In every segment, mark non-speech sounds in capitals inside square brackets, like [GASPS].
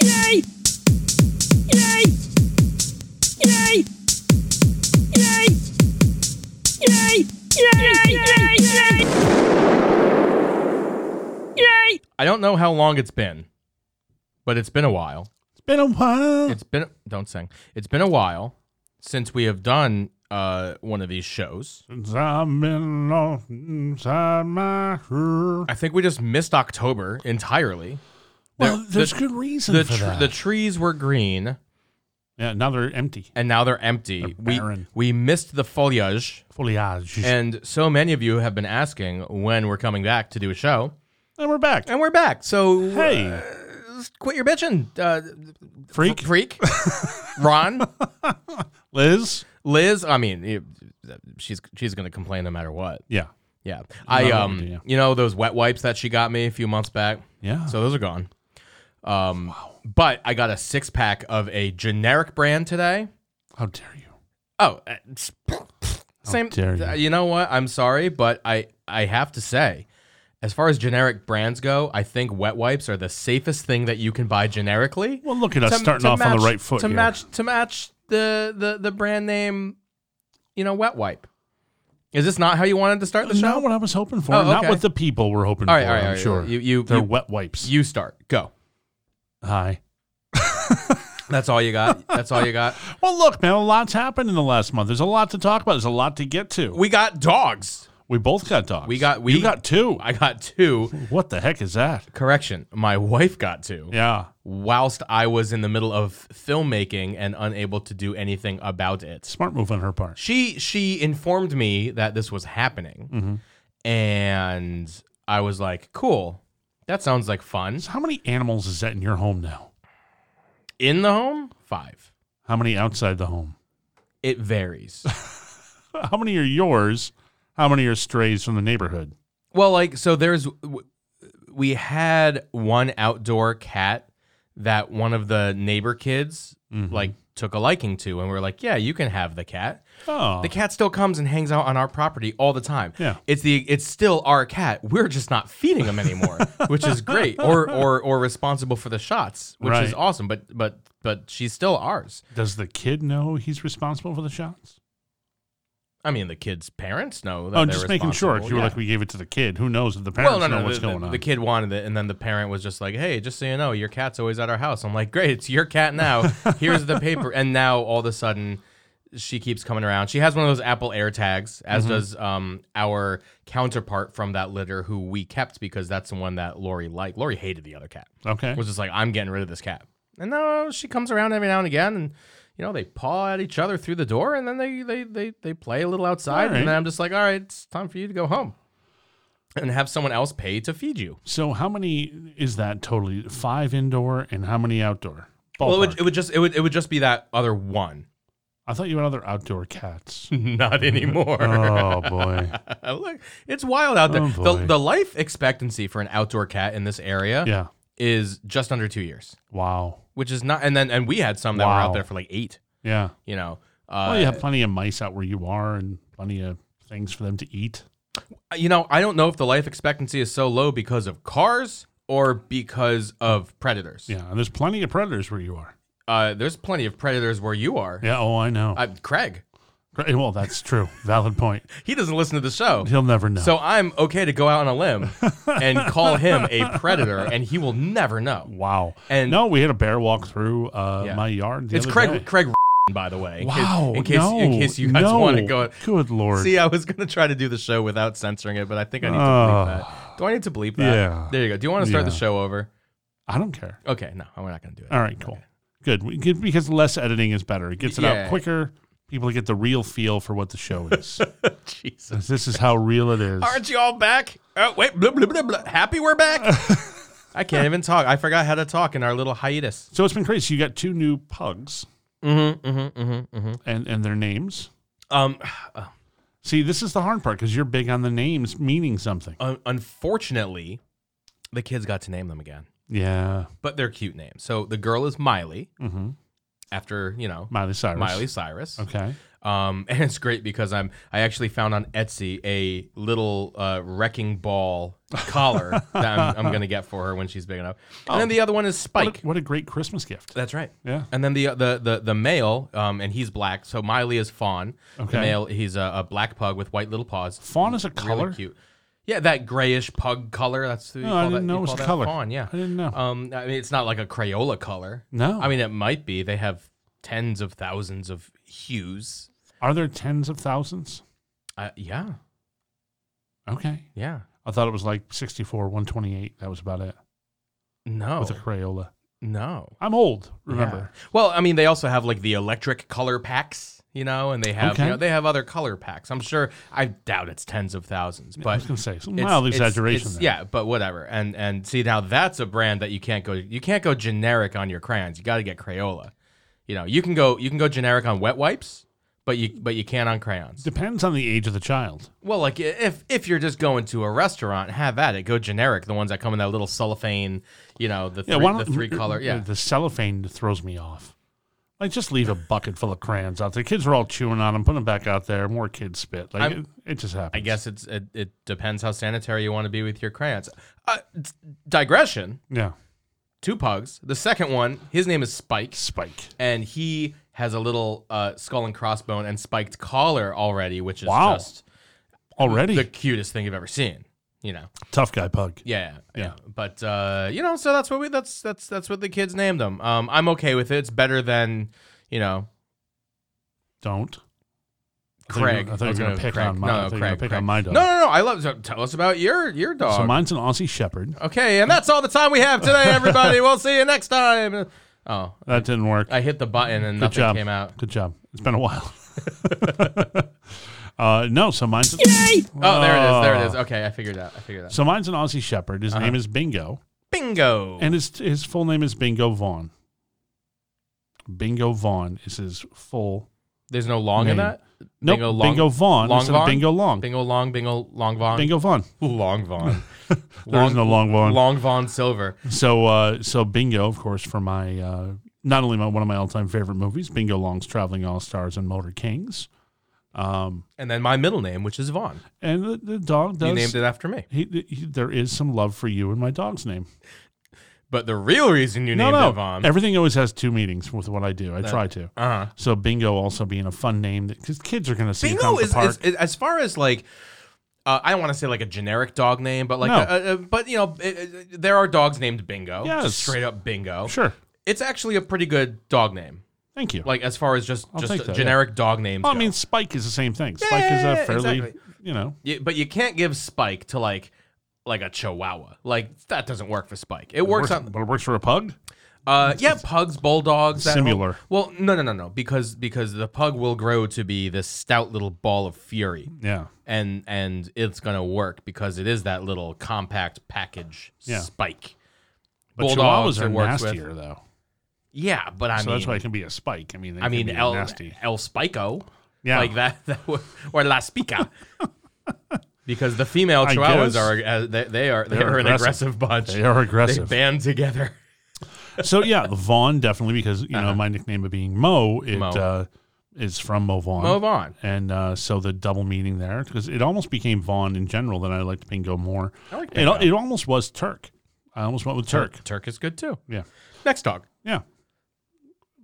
Yay! Yay! Yay! Yay! Yay! Yay! Yay! Yay! Yay! I don't know how long it's been, but it's been a while. It's been a while. It's been don't sing. It's been a while since we have done uh, one of these shows. Since I've been lost inside my heart. I think we just missed October entirely. Well, the- there's good reason The for tr- that. the trees were green yeah, now they're empty. and now they're empty. we barren. we missed the foliage, Foliage. And, and so many of you have been asking when we're coming back to do a show, we're back. and we're back. So uh, hey, quit your bitching, uh, freak. [LAUGHS] freak. Ron, Liz. Liz. I mean, it- she's she's gonna complain no matter what. Yeah. Yeah, I what we um, do, yeah. you know those wet wipes that she got me a few months back. Yeah. So those are gone. Um, but I got a six pack of a generic brand today. How dare you? Oh, uh, it's- same. dare you. uh, You know what? I'm sorry, but I I have to say, as far as generic brands go, I think wet wipes are the safest thing that you can buy generically. Well, look at us To- starting to off on match- the right foot. to here. match to match the the the brand name. You know, wet wipe. Is this not how you wanted to start the That's show? not what I was hoping for. Oh, Not okay. what the people were hoping All for. right, all right, I'm all right. sure. You you They're you, wet wipes. you start. Go. Hi. That's all you got. That's all you got. Well, look, man, a lot's happened in the last month. There's a lot to talk about. There's a lot to get to. [LAUGHS] We, We got dogs. both got dogs. We got- we- you got two. I got two. what the heck is that? Correction. My wife got two. Yeah. Whilst I was in the middle of filmmaking and unable to do anything about it. Smart move on her part. She she informed me that this was happening. Mm-hmm. And I was like, "Cool. That sounds like fun." So how many animals is that in your home now? In the home? 5. How many outside the home? It varies. How many are yours? How many are strays from the neighborhood? Well, like so there's w- we had one outdoor cat that one of the neighbor kids Mm-hmm. like took a liking to and we were like, "Yeah, you can have the cat." Oh, The cat still comes and hangs out on our property all the time. Yeah. It's the it's still our cat. We're just not feeding him [LAUGHS] anymore, which is great. Or or or responsible for the shots, which is Right. awesome, but but but she's still ours. does the kid know he's responsible for the shots? I mean, the kid's parents know that Oh, they're just making sure. 'cause responsible. You were Yeah. like, we gave it to the kid. Who knows if the parents know what's the, going the, on? The kid wanted it, and then the parent was just like, "Hey, just so you know, your cat's always at our house." I'm like, "Great, it's your cat [LAUGHS] now. Here's the paper." And now all of a sudden, she keeps coming around. She has one of those Apple AirTags, as Mm-hmm. does um, our counterpart from that litter, who we kept because that's the one that Lori liked. Lori hated the other cat. Okay. Was just like, "I'm getting rid of this cat." And now she comes around every now and again, and you know they paw at each other through the door, and then they they they they play a little outside, All right. and then I'm just like, "All right, it's time for you to go home." And have someone else pay to feed you. So how many is that totally? Five indoor and how many outdoor? Well, it Ballpark. would, it would just it would it would just be that other one. [LAUGHS] I thought you had other outdoor cats. Not anymore. [LAUGHS] oh boy. Look, it's wild out there. Oh, the boy. the life expectancy for an outdoor cat in this area Yeah. is just under two years, Wow. which is not. And then and we had some that were out Wow. there for like eight. Yeah. You know, Well, uh, you have plenty of mice out where you are and plenty of things for them to eat. you know, I don't know if the life expectancy is so low because of cars or because of predators. Yeah. And there's plenty of predators where you are. Uh, there's plenty of predators where you are. Yeah. Oh, I know. Uh, Craig, Great. Well, that's true. Valid [LAUGHS] point. he doesn't listen to the show. He'll never know. So I'm okay to go out on a [LAUGHS] limb and call him a predator, and he will never know. wow. And No, we had a bear walk through uh, Yeah. my yard. The it's other Craig. day. Craig, [LAUGHS] by the way. in case- Wow. In case, no, in case you guys no. want to go. Good lord. See, I was gonna try to do the show without censoring it, but I think I need to Oh. bleep that. Do I need to bleep that? Yeah. There you go. Do you want to start the Yeah. show over? I don't care. Okay. No, we're not gonna do it. All right, cool. Good. We good because less editing is better. It gets it Yeah. out quicker. People get the real feel for what the show is. [LAUGHS] [LAUGHS] Jesus. this is how real it is. Aren't you all back? Oh wait. Blah, blah, blah, blah. Happy we're back. [LAUGHS] I can't even talk. I forgot how to talk in our little hiatus. So it's been crazy. You got two new pugs Mm-hmm. Mm-hmm. Mm-hmm. Mm-hmm. and, and their names. Um. See, this is the hard part because you're big on the names meaning something. un- unfortunately, the kids got to name them again, Yeah. but they're cute names. So the girl is Miley Mm-hmm. after you know Miley Cyrus. Miley Cyrus. Okay. Um, [LAUGHS] and it's great because I'm I actually found on Etsy a little uh, wrecking [LAUGHS] ball collar that I'm, I'm gonna get for her when she's big enough. And then the other one is Spike. What a, what a great Christmas gift. That's right. Yeah. And then the uh, the the, the male, um, and he's black. So Miley is fawn. Okay. The male, he's a, a black pug with white little paws. Fawn is a Really color. cute. Yeah, that grayish pug color. That's you No, call I that, didn't know you it was call a that color. Fawn, yeah. I didn't know. Um, I mean, it's not like a Crayola color. No. I mean, it might be. They have tens of thousands of hues. Are there tens of thousands? Uh, yeah, Okay. yeah. I thought it was like 64, 128. That was about it No, with a Crayola. no. I'm old, remember. Oh. Yeah. Well, I mean, they also have like the electric color packs, you know, and they have Okay. you know they have other color packs. I'm sure. I doubt it's tens of thousands, I but was going to say, some it's- mild it's- exaggeration it's- there. yeah, but whatever. And and see now that's a brand that you can't go you can't go generic on your crayons. You got to get Crayola. You know, you can go you can go generic on wet wipes, but you but you can't on crayons. Depends on the age of the child. Well, like i- if if you're just going to a restaurant, have at it. Go generic, the ones that come in that little cellophane, you know, the three, the three color. Yeah, uh, The cellophane throws me off. Like, just leave a bucket full of crayons out there. Kids are all chewing on them, putting them back out there. More kids spit. Like, I'm- it, it just I happens. guess it's it, it depends how sanitary you want to be with your crayons. Uh, d- digression. Yeah. Two pugs. The second one, his name is Spike, Spike. and he has a little uh, skull and crossbone and spiked collar already, which is Wow. just Already? the cutest thing you've ever seen. You know, tough guy pug. yeah, yeah. Yeah. But uh, you know, so that's what we that's that's that's what the kids named them. Um, I'm okay with it. It's better than you know Don't. I thought you were- Craig. I thought you were was going to pick Craig. on my, No, I no, thought you were Craig, gonna pick Craig. on my dog. No, no, no. I love. So tell us about your your dog. So mine's an Aussie Shepherd. Okay, and that's all the time we have today, everybody. we'll see you next time. Oh, That didn't work. I hit the button and Good nothing job. came out. Good job. It's been a while. [LAUGHS] uh, no, so mine's Yay! Oh, there it is. There it Ah. is. Okay, I figured it out. I figured it out. so mine's an Aussie Shepherd. Uh-huh. His name is Bingo, Bingo. and his his full name is Bingo Vaughn. Bingo Vaughn is his full. There's no long in Name. that. Nope, Bingo long. Bingo Vaughn Long instead Vaughn? of Bingo Long. Bingo long. Bingo long Vaughn. Bingo Vaughn. long [LAUGHS] Vaughn. There is no Long Vaughn. Long Vaughn Silver. So uh, so Bingo, of course, for my uh, not only my one of my all time favorite movies, Bingo Long's Traveling All Stars and Motor Kings, And then my middle name, which is Vaughn. and the, the dog does. You named it after me. He, he, there is some love for you in my dog's name. But the real reason you No, named no. it Vaughn. Everything always has two meanings with what I do. I try to. uh-huh. So bingo also being a fun name because kids are going to see it Bingo around is, the park. is, is- as far as like. Uh, I don't want to say like a generic dog name, but like, No. uh uh, but you know, it, it, there are dogs named Bingo. Yes. Just straight up Bingo. sure. It's actually a pretty good dog name. Thank you. Like as far as just I'll just take that, generic dog names. well, I go. mean, Spike is the same thing. Spike yeah, is yeah, a fairly, exactly. you know, You- but you can't give Spike to like like a Chihuahua. Like that doesn't work for Spike. It works works, on but it works for a pug. Uh, yeah, pugs, bulldogs, that whole- Similar. well, no, no, no, no, because because the pug will grow to be this stout little ball of fury, Yeah. and and it's gonna work because it is that little compact package Yeah. spike. But Bulldogs Chihuahuas it are works with. nastier though, Yeah, but I so mean, that's why it can be a Spike. I mean, they I can mean, be El nasty. El Spico, Yeah. like that, [LAUGHS] that would- or La [LAUGHS] Spica. Because the female I chihuahuas guess. are uh, they, they are they They're are an aggressive. aggressive bunch. They are They aggressive. band [LAUGHS] together. so yeah, Vaughn definitely because you know my nickname of being Mo, it Uh-huh. Mo. Uh, is from Mo Vaughn. Move on. and uh, so the double meaning there because it almost became Vaughn in general. Then I liked Bingo more. I like It, Bingo. al- it almost was Turk. I almost went with Turk. Turk is good too. Yeah, Next dog. yeah,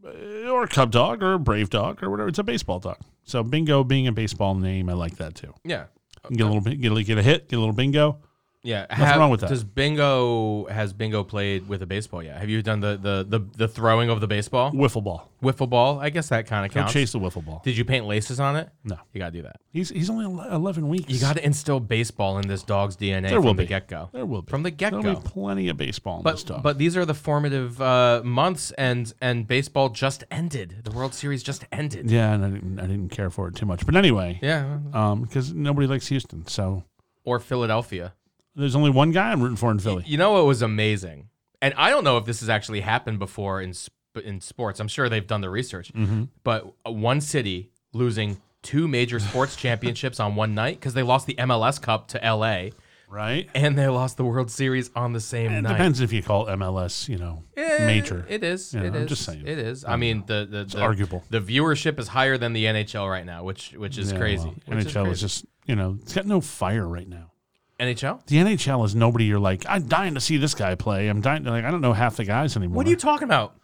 Uh, or a Cub Dog or a Brave Dog or whatever. It's a baseball dog. So Bingo being a baseball name, I like that too. Yeah. You Get a little bit, get a, get a hit, get a little bingo. Yeah, nothing wrong with that. Does Bingo has Bingo played with a baseball yet? Have you done the the the, the throwing of the baseball, Wiffle ball. wiffle ball? I guess that kind of He'll counts. chase the wiffle ball. Did you paint laces on it? No, You gotta do that. he's he's only ele- eleven weeks. You gotta instill baseball in this dog's DNA There from will the be. get go. There will be From the get-go. There'll be plenty of baseball in this But dog. but these are the formative uh, months, and and baseball just ended. The World Series just ended. yeah, and I didn't, I didn't care for it too much. But anyway, Yeah, um, because nobody likes Houston, so or Philadelphia. There's only one guy I'm rooting for [LAUGHS] in Philly. You know what was amazing, and I don't know if this has actually happened before in sp- in sports. I'm sure they've done the research, Mm-hmm. but uh, one city [LAUGHS] losing two major sports championships on one night because they lost the MLS Cup to LA. right? and they lost the World Series on the same It night. depends if you call MLS, you know, Eh, major. It is. You know, it I'm is. just saying. It is. I mean, the the, the arguable. The viewership is higher than the NHL right now, which which is Yeah, crazy. well, which NHL is, just, you know, it's got no fire right now. crazy. NHL. The NHL is nobody you're like, I'm dying to see this guy play. I'm dying to, like, I don't know half the guys anymore. What are you talking about?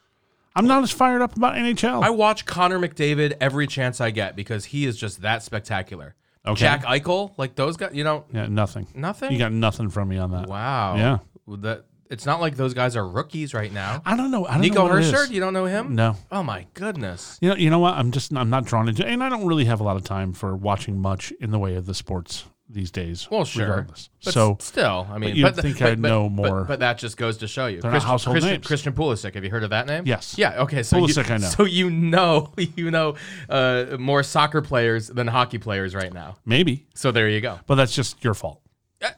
I'm not as fired up about NHL. I watch Connor McDavid every chance I get because he is just that spectacular. Okay. Jack Eichel, like those guys, you know, yeah, nothing. nothing. You got nothing from me on that. wow. Yeah. That it's not like those guys are rookies right now. I don't know. I don't know Nico what it is. Hersher, you don't know him? No. Oh my goodness. You know, you know what? I'm just I'm not drawn into, and I don't really have a lot of time for watching much in the way of the sports these days. Well, sure. regardless. But so s- still, I mean, you'd the- think I'd know more. But, that just goes to show you. They're not household Christian, names. Christian Pulisic. Have you heard of that name? Yes. Yeah. Okay. So Pulisic you, I know. [LAUGHS] So you know, [LAUGHS] you know, uh, more soccer players than hockey players right now. maybe, So there you go. but that's just your fault Uh,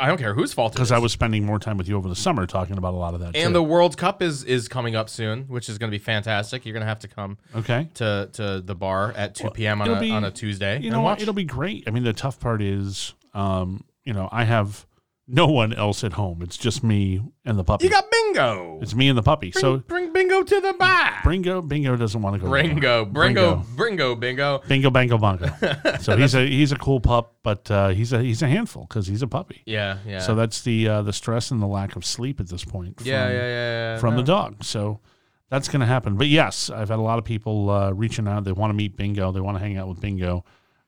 I don't care whose fault it because is. I was spending more time with you over the summer talking about a lot of that. and too. the World Cup is is coming up soon, which is going to be fantastic. You're going to have to come okay, to to the bar at 2 p.m. on it'll a, be- on a Tuesday. you and know what? watch. It'll be great. I mean, the tough part is, um, you know, I have no one else at home. It's just me and the puppy. You got bingo. it's me and the puppy. so bring bingo to the bar. Bringo, Bingo doesn't want to go. Bringo, Bringo. bringo, bringo, bingo. Bingo, [LAUGHS] bango, bongo. So he's a he's a cool pup, but uh, he's a he's a handful because he's a puppy. Yeah, yeah. So that's the uh, the stress and the lack of sleep at this point. From, yeah, yeah, yeah, yeah, yeah. From the dog, so that's going to happen. But yes, I've had a lot of people uh, reaching out. They want to meet Bingo. They want to hang out with Bingo,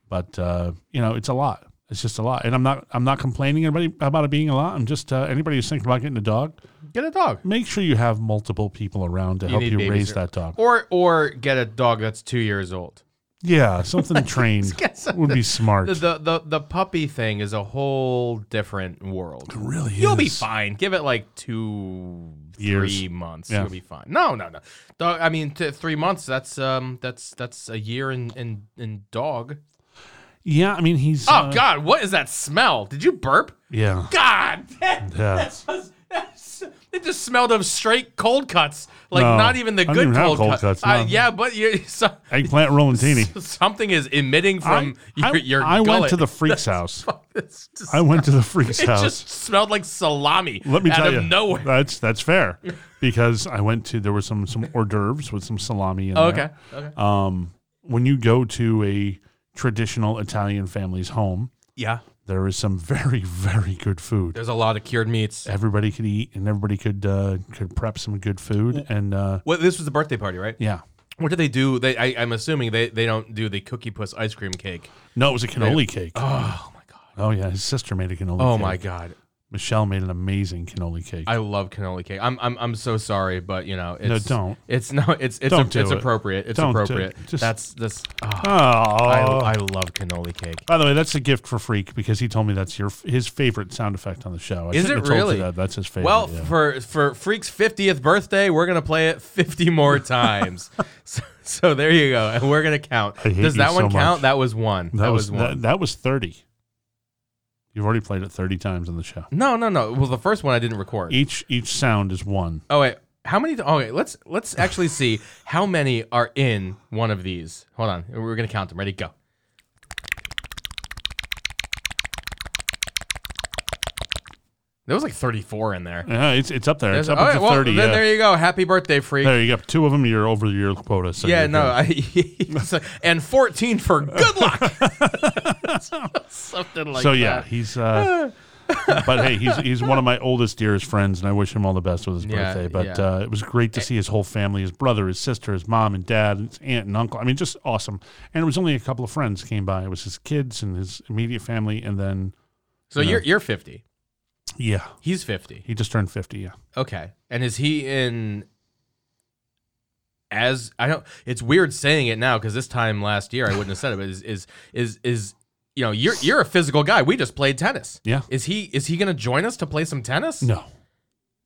but uh, you know, it's a lot. It's just a lot, and I'm not I'm not complaining anybody about it being a lot. I'm just uh, anybody who's thinking about getting a dog, get a dog. make sure you have multiple people around to help need you babysitter. raise that dog. Or or get a dog that's two years old. [LAUGHS] Yeah, something trained Guess- would be smart. The, the the the puppy thing is a whole different world. really, You'll be is. fine. Give it like two, Years. three months. Yeah. You'll be fine. No, no, no. Dog. I mean, t- three months. That's um, that's that's a year in in in dog. Yeah, I mean he's. Oh uh, God, what is that smell? Did you burp? Yeah, God, [LAUGHS] yeah. It just smelled of straight cold cuts, like No, not even the I don't good even have cold, cold cut- cuts, Uh, no. yeah, but you, [LAUGHS] so, Eggplant rolantini. something is emitting from I, [LAUGHS] your your I gullet. went to the freak's [LAUGHS] house. It's just- I went to the [LAUGHS] freak's it house. just smelled like salami Let me out tell of you, nowhere. that's [LAUGHS] that's fair because I went to there was some some hors d'oeuvres with some salami. In Oh, there. okay. Okay. Um, when you go to a traditional Italian family's home, yeah. there is some [LAUGHS] very very good food. There's a lot of cured meats. Everybody could eat, and everybody could uh, could prep some good food. And uh, Well, this was the birthday party, right? yeah, What do they do? They, I, I'm assuming they, they don't do the cookie puss ice cream cake. no, it was a cannoli cake. Oh, [GASPS] Oh my god. yeah, his sister made a cannoli. Oh cake. my god. Michelle made an amazing cannoli cake. I love cannoli cake. I'm I'm, I'm so sorry, but you know, it's, don't. It's no, it's it's Don't do it's it. appropriate. It's Don't do it. appropriate. Just- That's this. ah, oh, I, I love cannoli cake. By the way, that's a gift for Freak because he told me that's your his favorite sound effect on the show. I Is shouldn't it have told you really? that. That's his favorite. Well, yeah. for for Freak's 50th birthday, we're gonna play it 50 more [LAUGHS] times. so, so there you go, and we're gonna count. I hate Does you that so one much. count? That was one. that, was, one. that, that was thirty. You've already played it thirty times on the show. No, no, no. Well, the first one I didn't record. Each each sound is one. Oh wait, how many? Oh wait, let's let's [LAUGHS] actually see how many are in one of these. Hold on, we're gonna count them. Ready? Go. There was like 34 in there. Yeah, it's it's up there. There's- it's up all into right, well, thirty. Then yeah. there you go. Happy birthday, freak. There you go. Two of them, you're over your quota. So yeah, you're no, [LAUGHS] good. I, so- and 14 for good [LAUGHS] luck. Something like so that. yeah, he's. Uh, [LAUGHS] but hey, he's he's one of my oldest, dearest friends, and I wish him all the best with his Yeah, birthday. But yeah. uh, it was great to see his whole family, his brother, his sister, his mom and dad, his aunt and uncle. I mean, just awesome. And it was only a couple of friends came by. It was his kids and his immediate family, and then So you're you're 50. yeah, He's 50. he just turned fifty. Yeah, Okay. And is he in as I don't it's weird saying it now cuz this time last year I wouldn't have said it but is is is is you know you're you're a physical guy. We just played tennis. Yeah. Is he is he going to join us to play some tennis? no,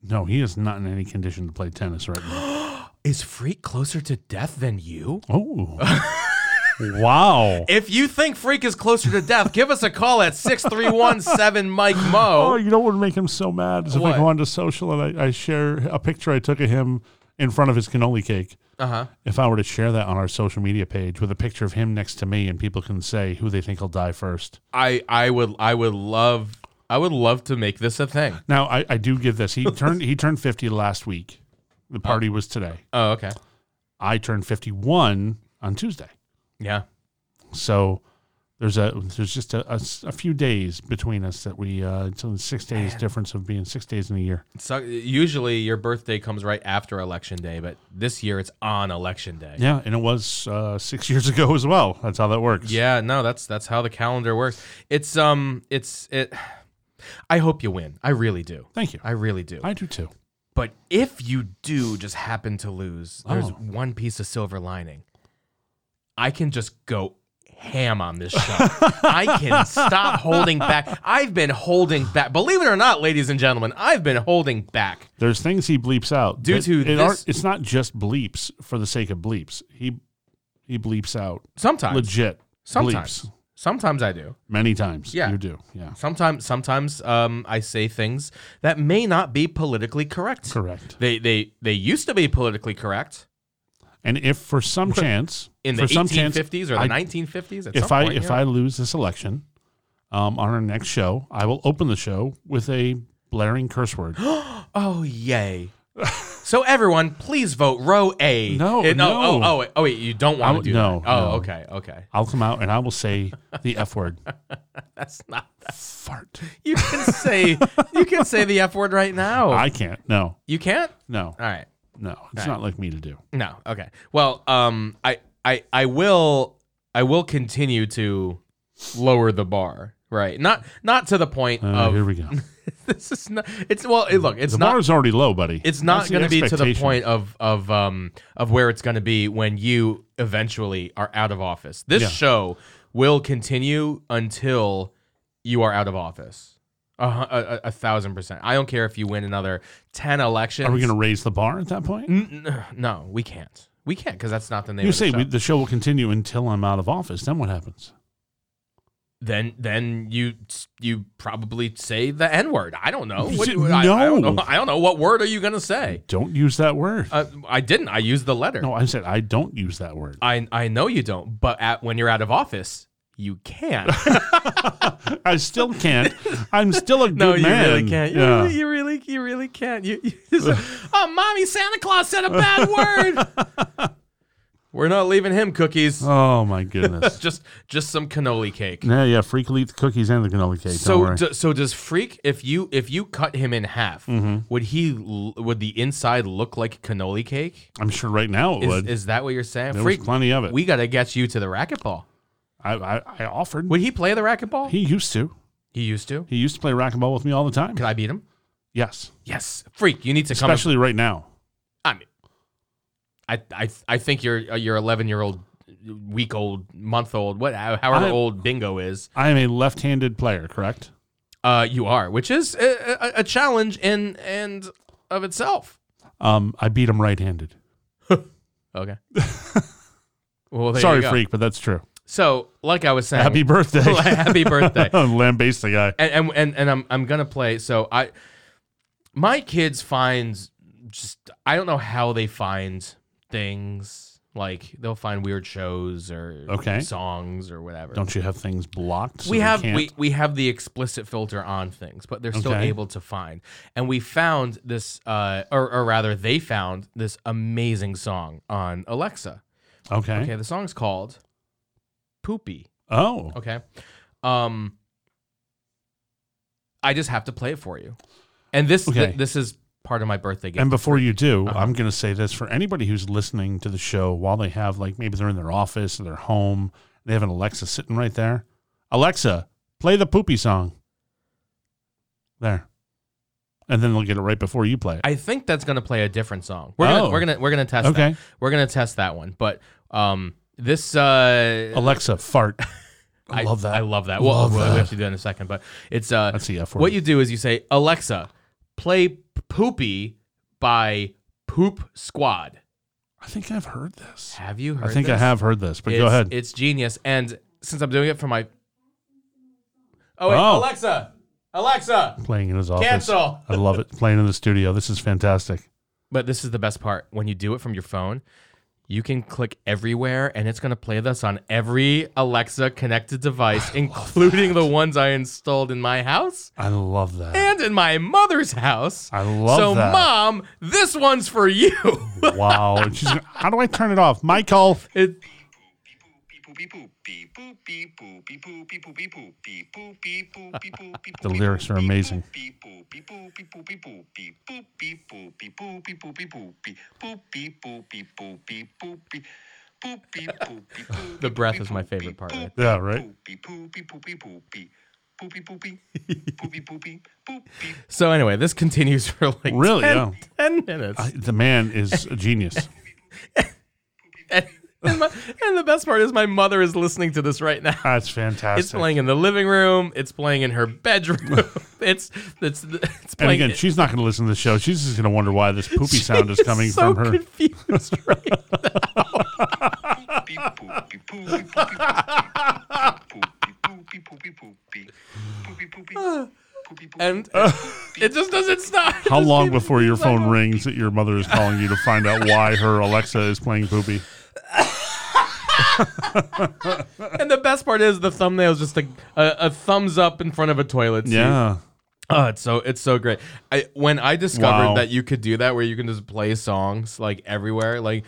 no, he is not in any condition to play tennis right now. Is Freak closer to death than you? Oh, [LAUGHS] wow. If you think Freak is closer to death, give us a call at 631 Mike Mo. [LAUGHS] [LAUGHS] Oh, you know what would make him so mad is if I What? go onto social and I, I share a picture I took of him in front of his cannoli cake. Uh-huh. If I were to share that on our social media page with a picture of him next to me, and people can say who they think will die first. I I would I would love I I would love to make this a thing. Now I, I do [LAUGHS] give this. He turned he turned fifty last week. The party was today. Oh, okay. I turned fifty one on Tuesday. Yeah. So there's a there's just a, a s- a few days between us that we uh it's only six days difference of being six days in a year. So usually your birthday comes right after election day, but this year it's on election day. Yeah, and it was uh, six years [LAUGHS] ago as well. That's how that works. Yeah, no, that's that's how the calendar works. It's um it's it I hope you win. I really do. Thank you. I really do. I do too. But if you do just happen to lose, there's Oh. one piece of silver lining. I can just go ham on this show. [LAUGHS] I can stop holding back. I've been holding back. Believe it or not, ladies and gentlemen, I've been holding back. There's things he bleeps out. Due that- to it aren't- this- it's not just bleeps for the sake of bleeps. He he bleeps out Sometimes. legit sometimes. bleeps Sometimes I do. many times. Yeah. you do. Yeah, Sometimes sometimes um, I say things that may not be politically correct. correct. They they they used to be politically correct And if for some chance, in the for some 1850s chance, or the I- 1950s. At if some I point, if yeah. I lose this election, um, on our next show, I will open the show with a blaring curse [GASPS] word. Oh [LAUGHS] yay! so everyone, please vote row A. No, And- oh, no. Oh, oh, wait, oh, wait, you don't want would- to do no, that. Oh, no. okay, okay. I'll come out and I will say the f word. That's not. That's, Fart. you can say you can say the F word right now. [LAUGHS] I can't. No, you can't. no, Oh. All right. no. It's not like me to do. No. Okay. Well, um, I I I will I will continue to lower the bar. Right. Not not to the point Uh, of here we go. [LAUGHS] this is not. It's well. It, look, it's The not. bar is already low, buddy. it's not That's the going to be to the expectation. point of of um of where it's going to be when you eventually are out of office. This Yeah. show will continue until you are out of office. A, hu- a, a- a thousand percent. I don't care if you win another ten elections. Are we going to raise the bar at that point? to? No, we can't. We can't because that's not the name. You of say the we, show. the show will continue until I'm out of office. Then what happens? then then you you probably say the n word. I don't know. What- You- I, I don't no. know. I don't know what word are you going to say. Don't use that word. Uh, I didn't. I used the letter. no, I said I don't use that word. [LAUGHS] I I know you don't, but at when you're out of office, you [LAUGHS] can. I still can't. I'm still a [LAUGHS] good no, you man. really can't. You, Yeah. really, you really, you really can't. You, [LAUGHS] you just, oh, mommy, Santa Claus said a [LAUGHS] bad word. We're not leaving him cookies. Oh [LAUGHS] my goodness. Just just some cannoli cake. yeah, yeah. Freak will eat the cookies and the cannoli cake. don't So worry. d- so does freak if you if you cut him in half Mm-hmm. would he l- would the inside look like cannoli cake? I'm sure right now it Is, would. is that what you're saying? there freak, was plenty of it. we got to get you to the racquetball. I, I, I offered. Would he play the racquetball? he used to. he used to. He used to play racquetball with me all the time. Could I beat him? Yes, Yes, freak. You need to come. and- especially right now. I mean, I I I think your uh, your eleven year old, week old, month old, what how- however I- old Bingo is, I am a left-handed player, correct? uh, you are, which is a, a, a challenge in and of itself. Um, I beat him right-handed. [LAUGHS] Okay. well, there Sorry, you go. freak, but that's true. So, like I was saying, Happy [LAUGHS] birthday. happy [LAUGHS] birthday. Lambaste the guy. and and and, and I'm I'm gonna play. So I, my kids find just I don't know how they find things. Like they'll find weird shows or Okay. songs or whatever. Don't you have things blocked? so we they have can't- we, we have the explicit filter on things, but they're still Okay. able to find. And we found this, uh, or or rather, they found this amazing song on Alexa. okay. Okay, the song's called "Poopy." Oh, Okay. Um I just have to play it for you. And this th- Okay. this is part of my birthday gift. and before you do, Uh-huh. I'm going to say this for anybody who's listening to the show while they have like maybe they're in their office or their home, they have an Alexa sitting right there. Alexa, play the poopy song. There, and then they'll get it right before you play it. I think that's going to play a different song. We're Oh. gonna, we're going to we're going to test Okay. that. We're going to test that one. But um this uh Alexa, fart. I, love [LAUGHS] that. I love that. Well, Love we'll- we that. have to do that in a second, but it's uh That's the F word. what you do is you say Alexa, play Poopy by Poop Squad. I think I've heard this. Have you heard I think I this? have heard this, but go It's- ahead. It's genius. And since I'm doing it for my. Oh, wait. Oh. Alexa. Alexa. Playing in his office. Cancel. I love it. Playing in the studio. This is fantastic. But this is the best part. When you do it from your phone, you can click everywhere and it's going to play this on every Alexa connected device, including the ones I installed in my house I love [LAUGHS] that. and in my mother's house. I love so, that. mom, this one's for you. [LAUGHS] Wow. And she's gonna- how do I turn it off? Michael. it, The lyrics are amazing. The breath is my favorite part, right Yeah, right? so anyway, this continues for like Really? 10, Yeah. 10 minutes. I- the man is [LAUGHS] a genius. and, and my- and the best part is my mother is listening to this right now. That's fantastic. It's playing in the living room. It's playing in her [LAUGHS] bedroom. [LAUGHS] it's it's it's and playing. again, she's not going to listen to the show. She's just going to wonder why this poopy sound [LAUGHS] is coming so from her. Confused, [LAUGHS] right? [LAUGHS] and it just doesn't stop. How Just long keep- before your phone rings that your mother is calling you to find out why her Alexa is [LAUGHS] playing poopy? And the best part is the thumbnail is just a, a, a thumbs up in front of a toilet. seat. Yeah. Oh, it's so it's so great. I when I discovered Wow. that you could do that, where you can just play songs like everywhere, like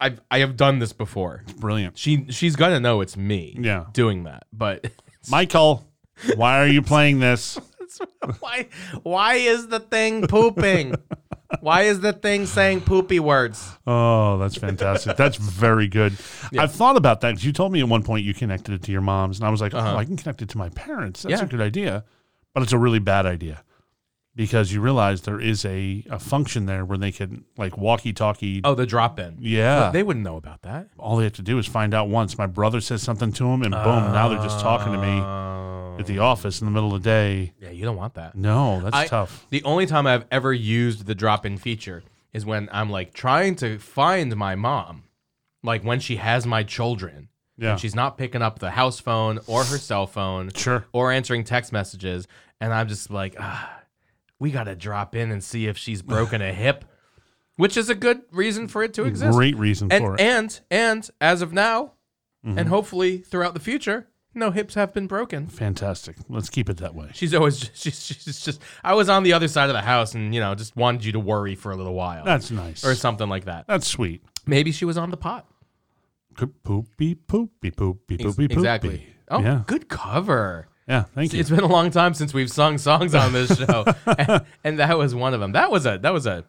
I've I have done this before. Brilliant. She she's gonna know it's me. Yeah. doing that, but Michael, why are you playing this? [LAUGHS] why why is the thing pooping? why is the thing saying poopy words? Oh, that's fantastic. That's [LAUGHS] very good. I've thought about that. 'cause You told me at one point you connected it to your mom's, and I was like, oh, I can connect it to my parents. That's a Uh-huh. Yeah. good idea. But it's a really bad idea because you realize there is a, a function there where they can, like, walkie talkie. Oh, the drop in. yeah. They wouldn't know about that. All they have to do is find out once. My brother says something to him, and boom, now they're just talking to me Oh. at the office in the middle of the day. yeah, you don't want that. No, that's I- tough. The only time I've ever used the drop in feature is when I'm like trying to find my mom, like when she has my children. Yeah. And she's not picking up the house phone or her cell phone Sure. or answering text messages. And I'm just like, ah, we got to drop in and see if she's broken a hip, which is a good reason for it to exist. Great reason and, for it. and, and as of now, Mm-hmm. and hopefully throughout the future, no hips have been broken. [LAUGHS] Fantastic. Let's keep it that way. She's always just, she's, she's just. I was on the other side of the house, and you know, just wanted you to worry for a little while, That's Uh, nice. or something like that. That's sweet. Maybe she was on the pot. Coop- Poopy, poopy, poopy, Ex- poopy, poopy. exactly. Oh, yeah. good cover. Yeah. Thank you. It's been a long time since we've sung songs on this [LAUGHS] show, and, and that was one of them. That was a that was a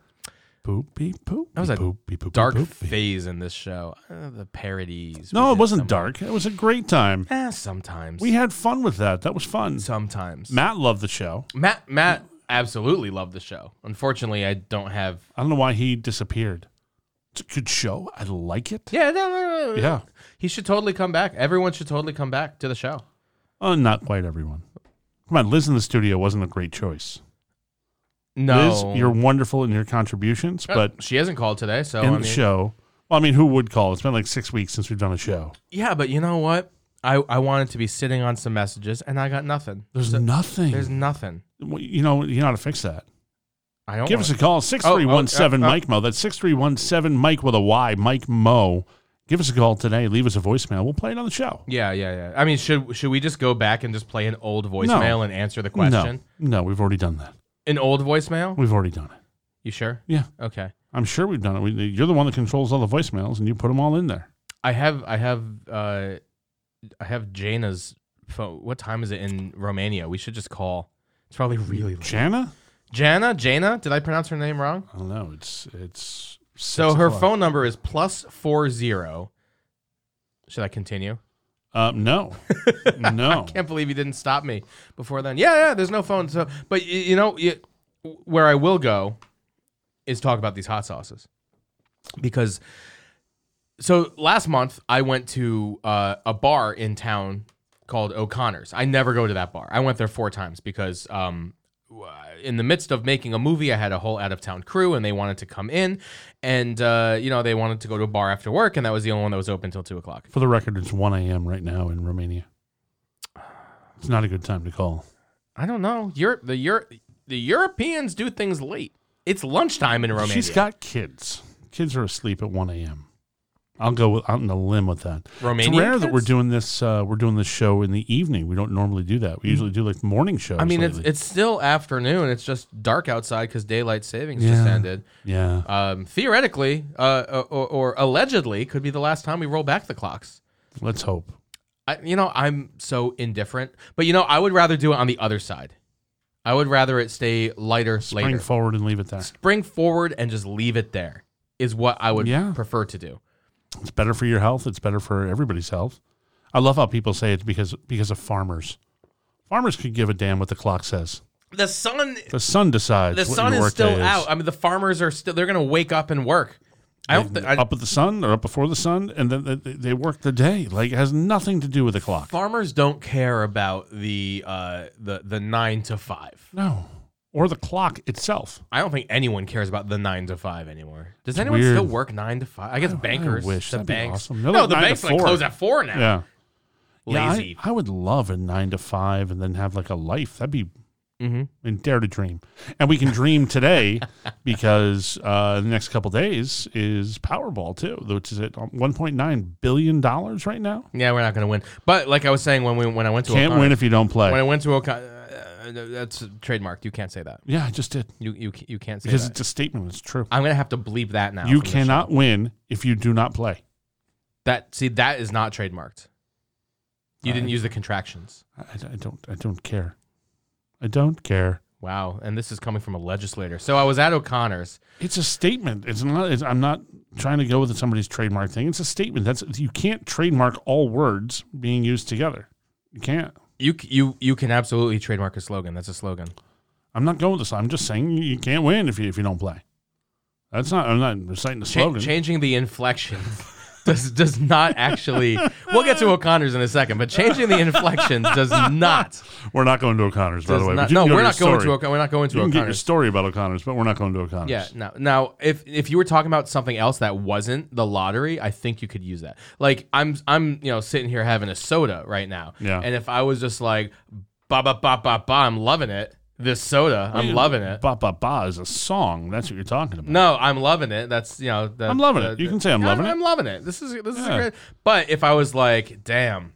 Poopy, poopy. was a poopy, poopy, dark poopy. phase in this show. Uh, the parodies. No, we it did wasn't some- dark. It was a great time. Eh, sometimes We had fun with that. That was fun. sometimes Matt Matt loved the show. Matt, absolutely loved the show. Unfortunately, I don't have. I don't know why he disappeared. It's a good show. I like it. Yeah, no, no, no, no. Yeah. He should totally come back. Everyone should totally come back to the show. Oh, not quite everyone. Come on, Liz in the studio wasn't a great choice. No, Liz, you're wonderful in your contributions, Uh, but she hasn't called today, so in I the mean- show, well, I mean, who would call? It's been like six weeks since we've done a show. Yeah, but you know what? I I wanted to be sitting on some messages, and I got nothing. There's nothing. There's nothing. Well, you know, you know how to fix that. I don't. Give want us a call, 6317 oh, uh, Mike Mo. That's 6317 Mike with a Y, Mike Mo. Give us a call today. Leave us a voicemail. We'll play it on the show. yeah, yeah, yeah. I mean, should should we just go back and just play an old voicemail and answer the question? No, no, we've already done that. An old voicemail? We've already done it. You sure? Yeah, Okay. I'm sure we've done it. We, you're the one that controls all the voicemails, and you put them all in there. I have I have uh I have Jana's phone. What time is it in Romania? We should just call. It's probably really late. Jana? Jana, Jana. Did I pronounce her name wrong? I don't know. It's it's So six her o'clock. phone number is plus four zero. Should I continue? Uh, [LAUGHS] no, no. Can't believe you didn't stop me before then. Yeah, yeah. There's no phone. So, but you, you know, you, where I will go is talk about these hot sauces because. So last month I went to uh, a bar in town called O'Connor's. I never go to that bar. I went there four times because um, w- in the midst of making a movie, I had a whole out of town crew and they wanted to come in, and uh, you know they wanted to go to a bar after work, and that was the only one that was open until two o'clock. For the record, it's 1 a.m. right now in Romania. It's not a good time to call. I don't know. Europe, the Europe, the Europeans do things late. It's lunchtime in Romania. She's got kids. Kids are asleep at 1 a.m. I'll go with, out on a limb with that. Romanian it's rare that cats? we're doing this. Uh, we're doing this show in the evening. We don't normally do that. We usually do like morning shows. Mm. I mean, it's lately. it's still afternoon. It's just dark outside because daylight savings just Yeah. ended. yeah. Um, theoretically, uh, or, or allegedly, could be the last time we roll back the clocks. Let's hope. I, you know, I'm so indifferent. But you know, I would rather do it on the other side. I would rather it stay lighter Spring later. forward and leave it there. Spring forward and just leave it there is what I would Yeah. prefer to do. It's better for your health. It's better for everybody's health. I love how people say it's because because of farmers. Farmers could give a damn what the clock says. The sun, The sun decides. the what sun your is workday still out. I mean, the farmers are still. They're gonna wake up and work. I don't. Th- I, up with the sun or up before the sun, and then they, they work the day. Like it has nothing to do with the clock. farmers don't care about the uh, the the nine to five. No, or the clock itself. I don't think anyone cares about the nine to five anymore. Does anyone weird. still work nine to five? I guess bankers. wish. the That'd be banks. awesome. No, No, the nine to banks like four. close at four now. Yeah, Yeah, I- Lazy. I, would love a nine to five and then have like a life. That'd be Mhm. and dare to dream. And we can dream today [LAUGHS] because uh, the next couple days is Powerball too, which is at um, one point nine billion dollars right now. yeah, we're not gonna win. But like I was saying when we when I went to Can't O'Connor- win if you don't play. when I went to O'Connor, uh, that's trademarked. You can't say that. yeah, I just did You you ca- you can't say because that. it's a statement. It's true. I'm gonna have to bleep that now. you from the show. cannot win if you do not play. That see that is not trademarked. You didn't I- use the contractions. I, I don't. I don't care. I don't care. Wow, and this is coming from a legislator. So I was at O'Connor's. It's a statement. It's not. It's, I'm not trying to go with somebody's trademark thing. It's a statement. That's you can't trademark all words being used together. You can't. You c- you you can absolutely trademark a slogan. That's a slogan. I'm not going with this. I'm just saying you can't win if you if you don't play. That's not. I'm not reciting the Cha- slogan. changing the inflection [LAUGHS] does does not actually. We'll get to O'Connor's in a second, but changing the inflection does not. we're not going to O'Connor's, by Does the way. not But you no, can go we're to not your going to story. O'Connor. We're not going to You can get your O'Connor's. story about O'Connor's, but we're not going to O'Connor's. Yeah. Now, now, if if you were talking about something else that wasn't the lottery, I think you could use that. Like I'm I'm you know sitting here having a soda right now. Yeah. And if I was just like ba ba ba ba ba, I'm loving it. This soda, I'm loving it. Ba ba ba is a song. That's what you're talking about. No, I'm loving it. That's you know. The, I'm loving the- it. You can say I'm Yeah, loving it. I'm loving it. This is this is a Yeah. great. But if I was like, damn,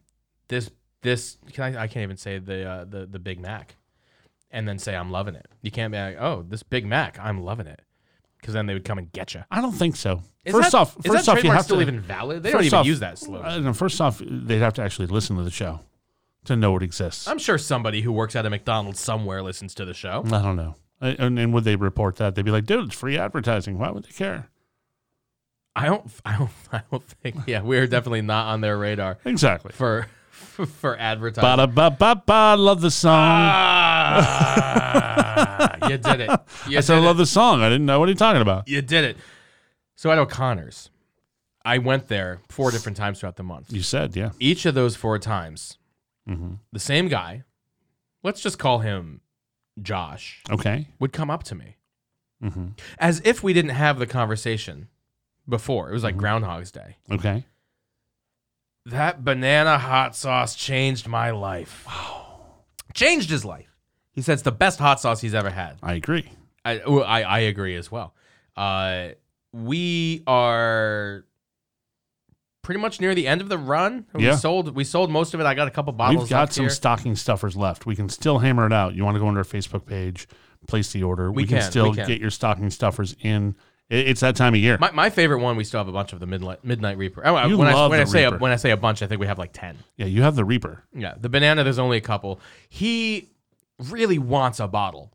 this this can I, I can't even say the uh, the the Big Mac, and then say I'm loving it. You can't be like, oh, this Big Mac, I'm loving it, because then they would come and get you. I don't think so. first off, is first that off, you trademark have still to even valid. They don't first even off, use that slogan. Uh, no, first off, they'd have to actually listen to the show to know it exists. I'm sure somebody who works at a McDonald's somewhere listens to the show. I don't know. I- And, and would they report that? They'd be like, dude, it's free advertising. Why would they care? I don't, I don't, [LAUGHS] I don't think. Yeah, we're definitely not on their radar Exactly. for [LAUGHS] for advertising. Ba da ba ba ba. Love the song. Ah, you did it. You [LAUGHS] I said I did it. love the song. I didn't know what he's talking about. You did it. So at O'Connor's, I went there four different times throughout the month. You said, yeah. Each of those four times, hmm the same guy, let's just call him Josh, Okay. would come up to me hmm as if we didn't have the conversation before. It was Mm-hmm. like Groundhog's Day. Okay. That banana hot sauce changed my life. Changed his life. He said it's the best hot sauce he's ever had. I agree. I, well, I, I agree as well. Uh, we are pretty much near the end of the run. We Yeah. sold we sold most of it. I got a couple bottles. We've got left some here. stocking stuffers left. We can still hammer it out. You want to go onto our Facebook page, place the order. We can, still we can. get your stocking stuffers in. It- It's that time of year. My, my favorite one. We still have a bunch of the midnight midnight reaper. Oh, You when I, love when I the say a, Reaper. when I say a bunch, I think we have like ten. yeah, you have the Reaper. Yeah, the banana. There's only a couple. He really wants a bottle,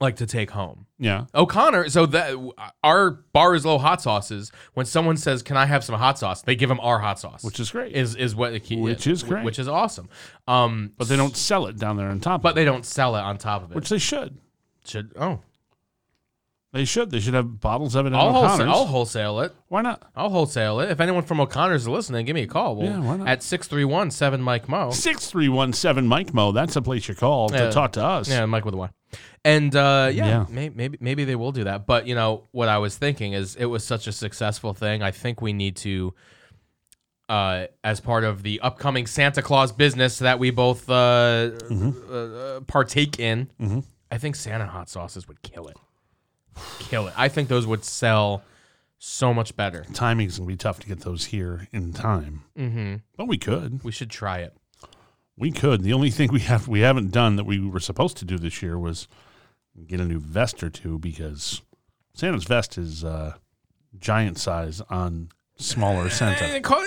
like to take home. Yeah. O'Connor. So that our bar is low hot sauces. When someone says, "Can I have some hot sauce?" They give him our hot sauce, Which is great. is is what the key Which is great. which is awesome. Um, but they don't sell it down there on top. but But they don't sell it on top of it. which they should. should oh, They should. They should have bottles of it. I'll All wholesale, I'll wholesale it. Why not? I'll wholesale it. If anyone from O'Connor's is listening, give me a call. Well, Yeah, why not? At six three one seven Mike Mo. Six three one seven Mike Mo. That's a place you call Yeah. to talk to us. Yeah, Mike with a Y. And uh, yeah, Yeah. May, maybe maybe they will do that. But you know what I was thinking is it was such a successful thing. I think we need to, uh, as part of the upcoming Santa Claus business that we both uh, uh, partake in, I think Santa hot sauces would kill it, kill it. I think those would sell so much better. Timing's gonna be tough to get those here in time, Mm-hmm. but we could. We should try it. We could. The only thing we have we haven't done that we were supposed to do this year was get a new vest or two because Santa's vest is uh, giant size on smaller Santa. [LAUGHS] Eh, call-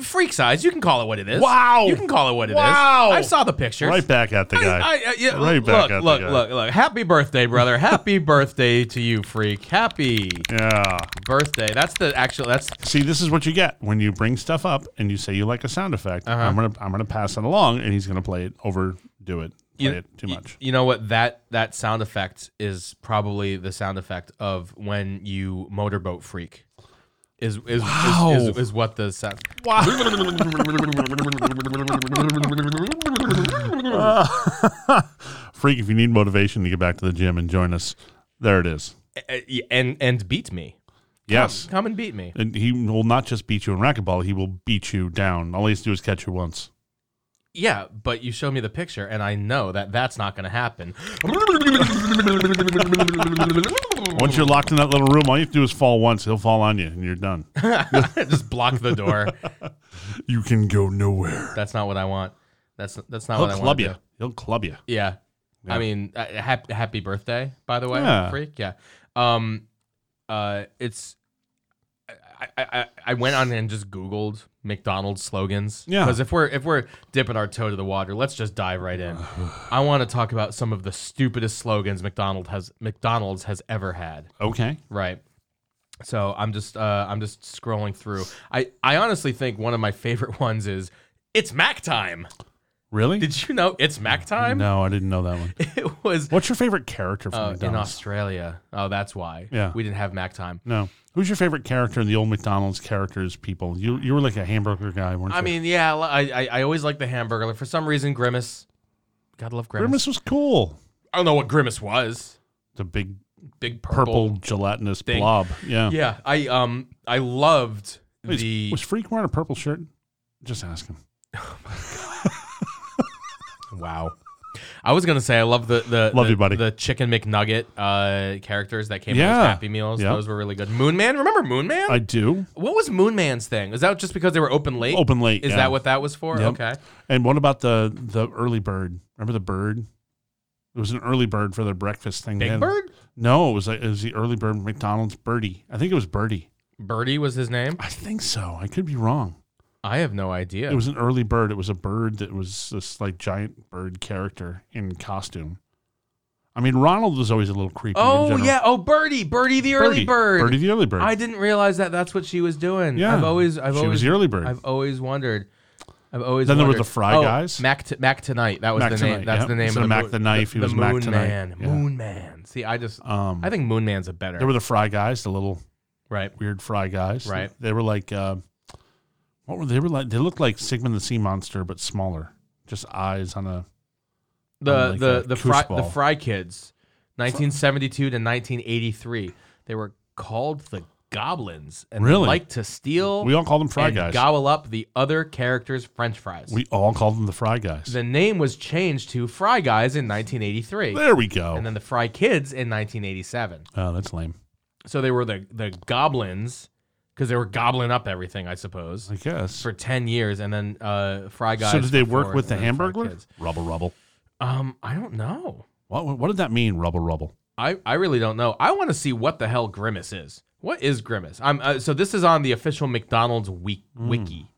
Freak size. You can call it what it is. Wow. You can call it what it is. Wow. I saw the pictures. Right back at the guy. I, I, yeah, Right look, back at the look, guy. look, look. Happy birthday, brother. Happy birthday to you, freak. Happy yeah. birthday. That's the actual. That's See, this is what you get when you bring stuff up and you say you like a sound effect. Uh-huh. I'm gonna I'm gonna pass it along and he's gonna play it over do it. Play you, it too you- much. You, know what? That that sound effect is probably the sound effect of when you motorboat freak. Is is, Wow. is, is, is what the sound. Freak, if you need motivation to get back to the gym and join us, there it is. Eh, eh, and and beat me. Yes. Come and beat me. And he will not just beat you in racquetball, he will beat you down. All he has to do is catch you once. Yeah, but you show me the picture, and I know that that's not going to happen. [LAUGHS] Once you're locked in that little room, all you have to do is fall once. He'll fall on you and you're done. [LAUGHS] Just block the [LAUGHS] door. you can go nowhere. That's not what I want. That's that's not He'll what I want. club you. He'll club you. Yeah. I mean, uh, happy, happy birthday, by the way, Yeah. freak. Yeah. Um, uh, it's. I, I, I- I went on and just Googled McDonald's slogans. Yeah. Because if we're if we're dipping our toe to the water, let's just dive right [SIGHS] in. I want to talk about some of the stupidest slogans McDonald has McDonald's has ever had. Okay. Right. So I'm just uh, I'm just scrolling through. I, I honestly think one of my favorite [LAUGHS] ones is it's Mac time. Really? Did you know it's Mac time? no, I didn't know that one. [LAUGHS] It was What's your favorite character from uh, in McDonald's? Australia. Oh, that's why. Yeah. We didn't have Mac time. No. Who's your favorite character in the old McDonald's characters people? You you were like a hamburger guy, weren't you? I mean, yeah, li- I, I, I always like the hamburger. Like, for some reason, Grimace. Gotta love Grimace. Grimace was cool. I don't know what Grimace was. The big Big purple purple. gelatinous thing. blob. Yeah. Yeah, I um I loved Was, the was Freak wearing a purple shirt? Just ask him. wow. I was gonna say I love the the Love the, you, buddy. the chicken McNugget uh, characters that came in Yeah. those Happy Meals. Yeah. Those were really good. Moon Man, remember Moon Man? I do. what was Moon Man's thing? Is that just because they were open late? Open late. Is Oh, yeah. that what that was for? Yep. Okay. And what about the the early bird? Remember the bird? It was an early bird for their breakfast thing. They Big had- Bird? No, it was like, it was the early bird McDonald's birdie. I think it was birdie. Birdie was his name. I think so. I could be wrong. I have no idea. It was an early bird. It was a bird that was this like giant bird character in costume. I mean, Ronald was always a little creepy. in oh general. yeah. Oh, Birdie, Birdie the early bird. Birdie the early bird. I didn't realize that that's what she was doing. Yeah. I've always, I've she always, was the early bird. I've always wondered. I've always. Then there were wondered. the Fry Oh, Guys. Mac, t- Mac tonight. That was Mac the Tonight, name. That's yeah. the name Instead of of the Mac mo- the Knife, he the was Moon Mac Tonight. Man. Yeah. Moon Man. See, I just, um, I think Moon Man's a better. there were the Fry guys, the little right. weird fry guys. Right. They were like, uh, what were they? Were like they looked like Sigmund the Sea Monster, but smaller. Just eyes on a. The like the a the koosh fry the ball. Fry Kids, 1972 to 1983. They were called the Goblins and they Really? liked to steal. We all called them fry and guys. gobble up the other characters' French fries. we all called them the fry guys. The name was changed to Fry Guys in 1983, there we go. and then the Fry Kids in 1987. oh, that's lame. So they were the the goblins because they were gobbling up everything, I suppose, I guess. for 10 years, and then uh, Fry Guys. so did they before, work with the and then Fry hamburger? Kids. Rubble, rubble. Um, I don't know. What, what what did that mean? Rubble, rubble. I, I really don't know. I want to see what the hell Grimace is. What is Grimace? I'm uh, so this is on the official McDonald's wiki, wiki,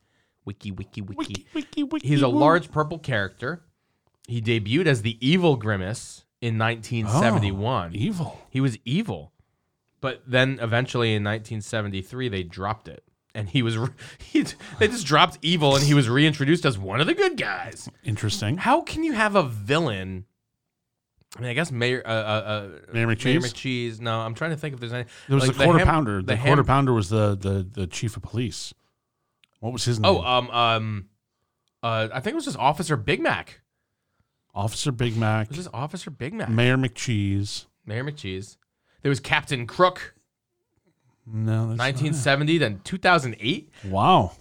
wiki, wiki, wiki. Mm. wiki, wiki. He's a woo. large purple character. He debuted as the evil Grimace in 1971. Oh, evil. He was evil, but then eventually in 1973 they dropped it, and he was re- [LAUGHS] he, they just dropped evil, and he was reintroduced as one of the good guys. Interesting. How can you have a villain? I mean, I guess Mayor uh, uh, uh, Mayor McCheese? McCheese. No, I'm trying to think if there's any. There was like the quarter ham- pounder. The, ham- quarter pounder was the, the the chief of police. What was his name? Oh, um, um, uh, I think it was just Officer Big Mac. Officer Big Mac, It was just Officer Big Mac. Mayor McCheese. Mayor McCheese. There was Captain Crook, No, that's not it. 1970, then 2008. Wow.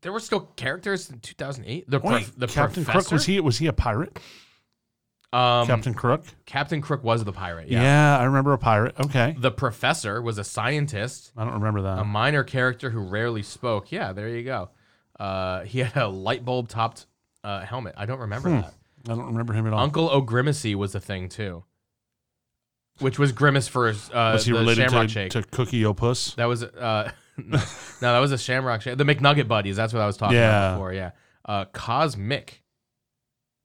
There were still characters in 2008. The, Wait, prof- the Captain professor. Crook was he was he a pirate? Um, Captain. Captain Crook. Crook was the pirate. Yeah. Yeah. Um, I remember a pirate. Okay, The professor was a scientist, I don't remember that. a minor character who rarely spoke. Yeah, there you go. Uh, he had a light bulb topped uh, helmet. I don't remember Hmm. that. I don't remember him at all. Uncle O'Grimacy was a thing too, which was grimace for his, uh, Was he the related Shamrock to, Shake. to Cookie Opus? That was uh, [LAUGHS] no, that was a Shamrock Shake. The McNugget buddies. That's what I was talking Yeah. about before. Yeah. Uh, Cosmic.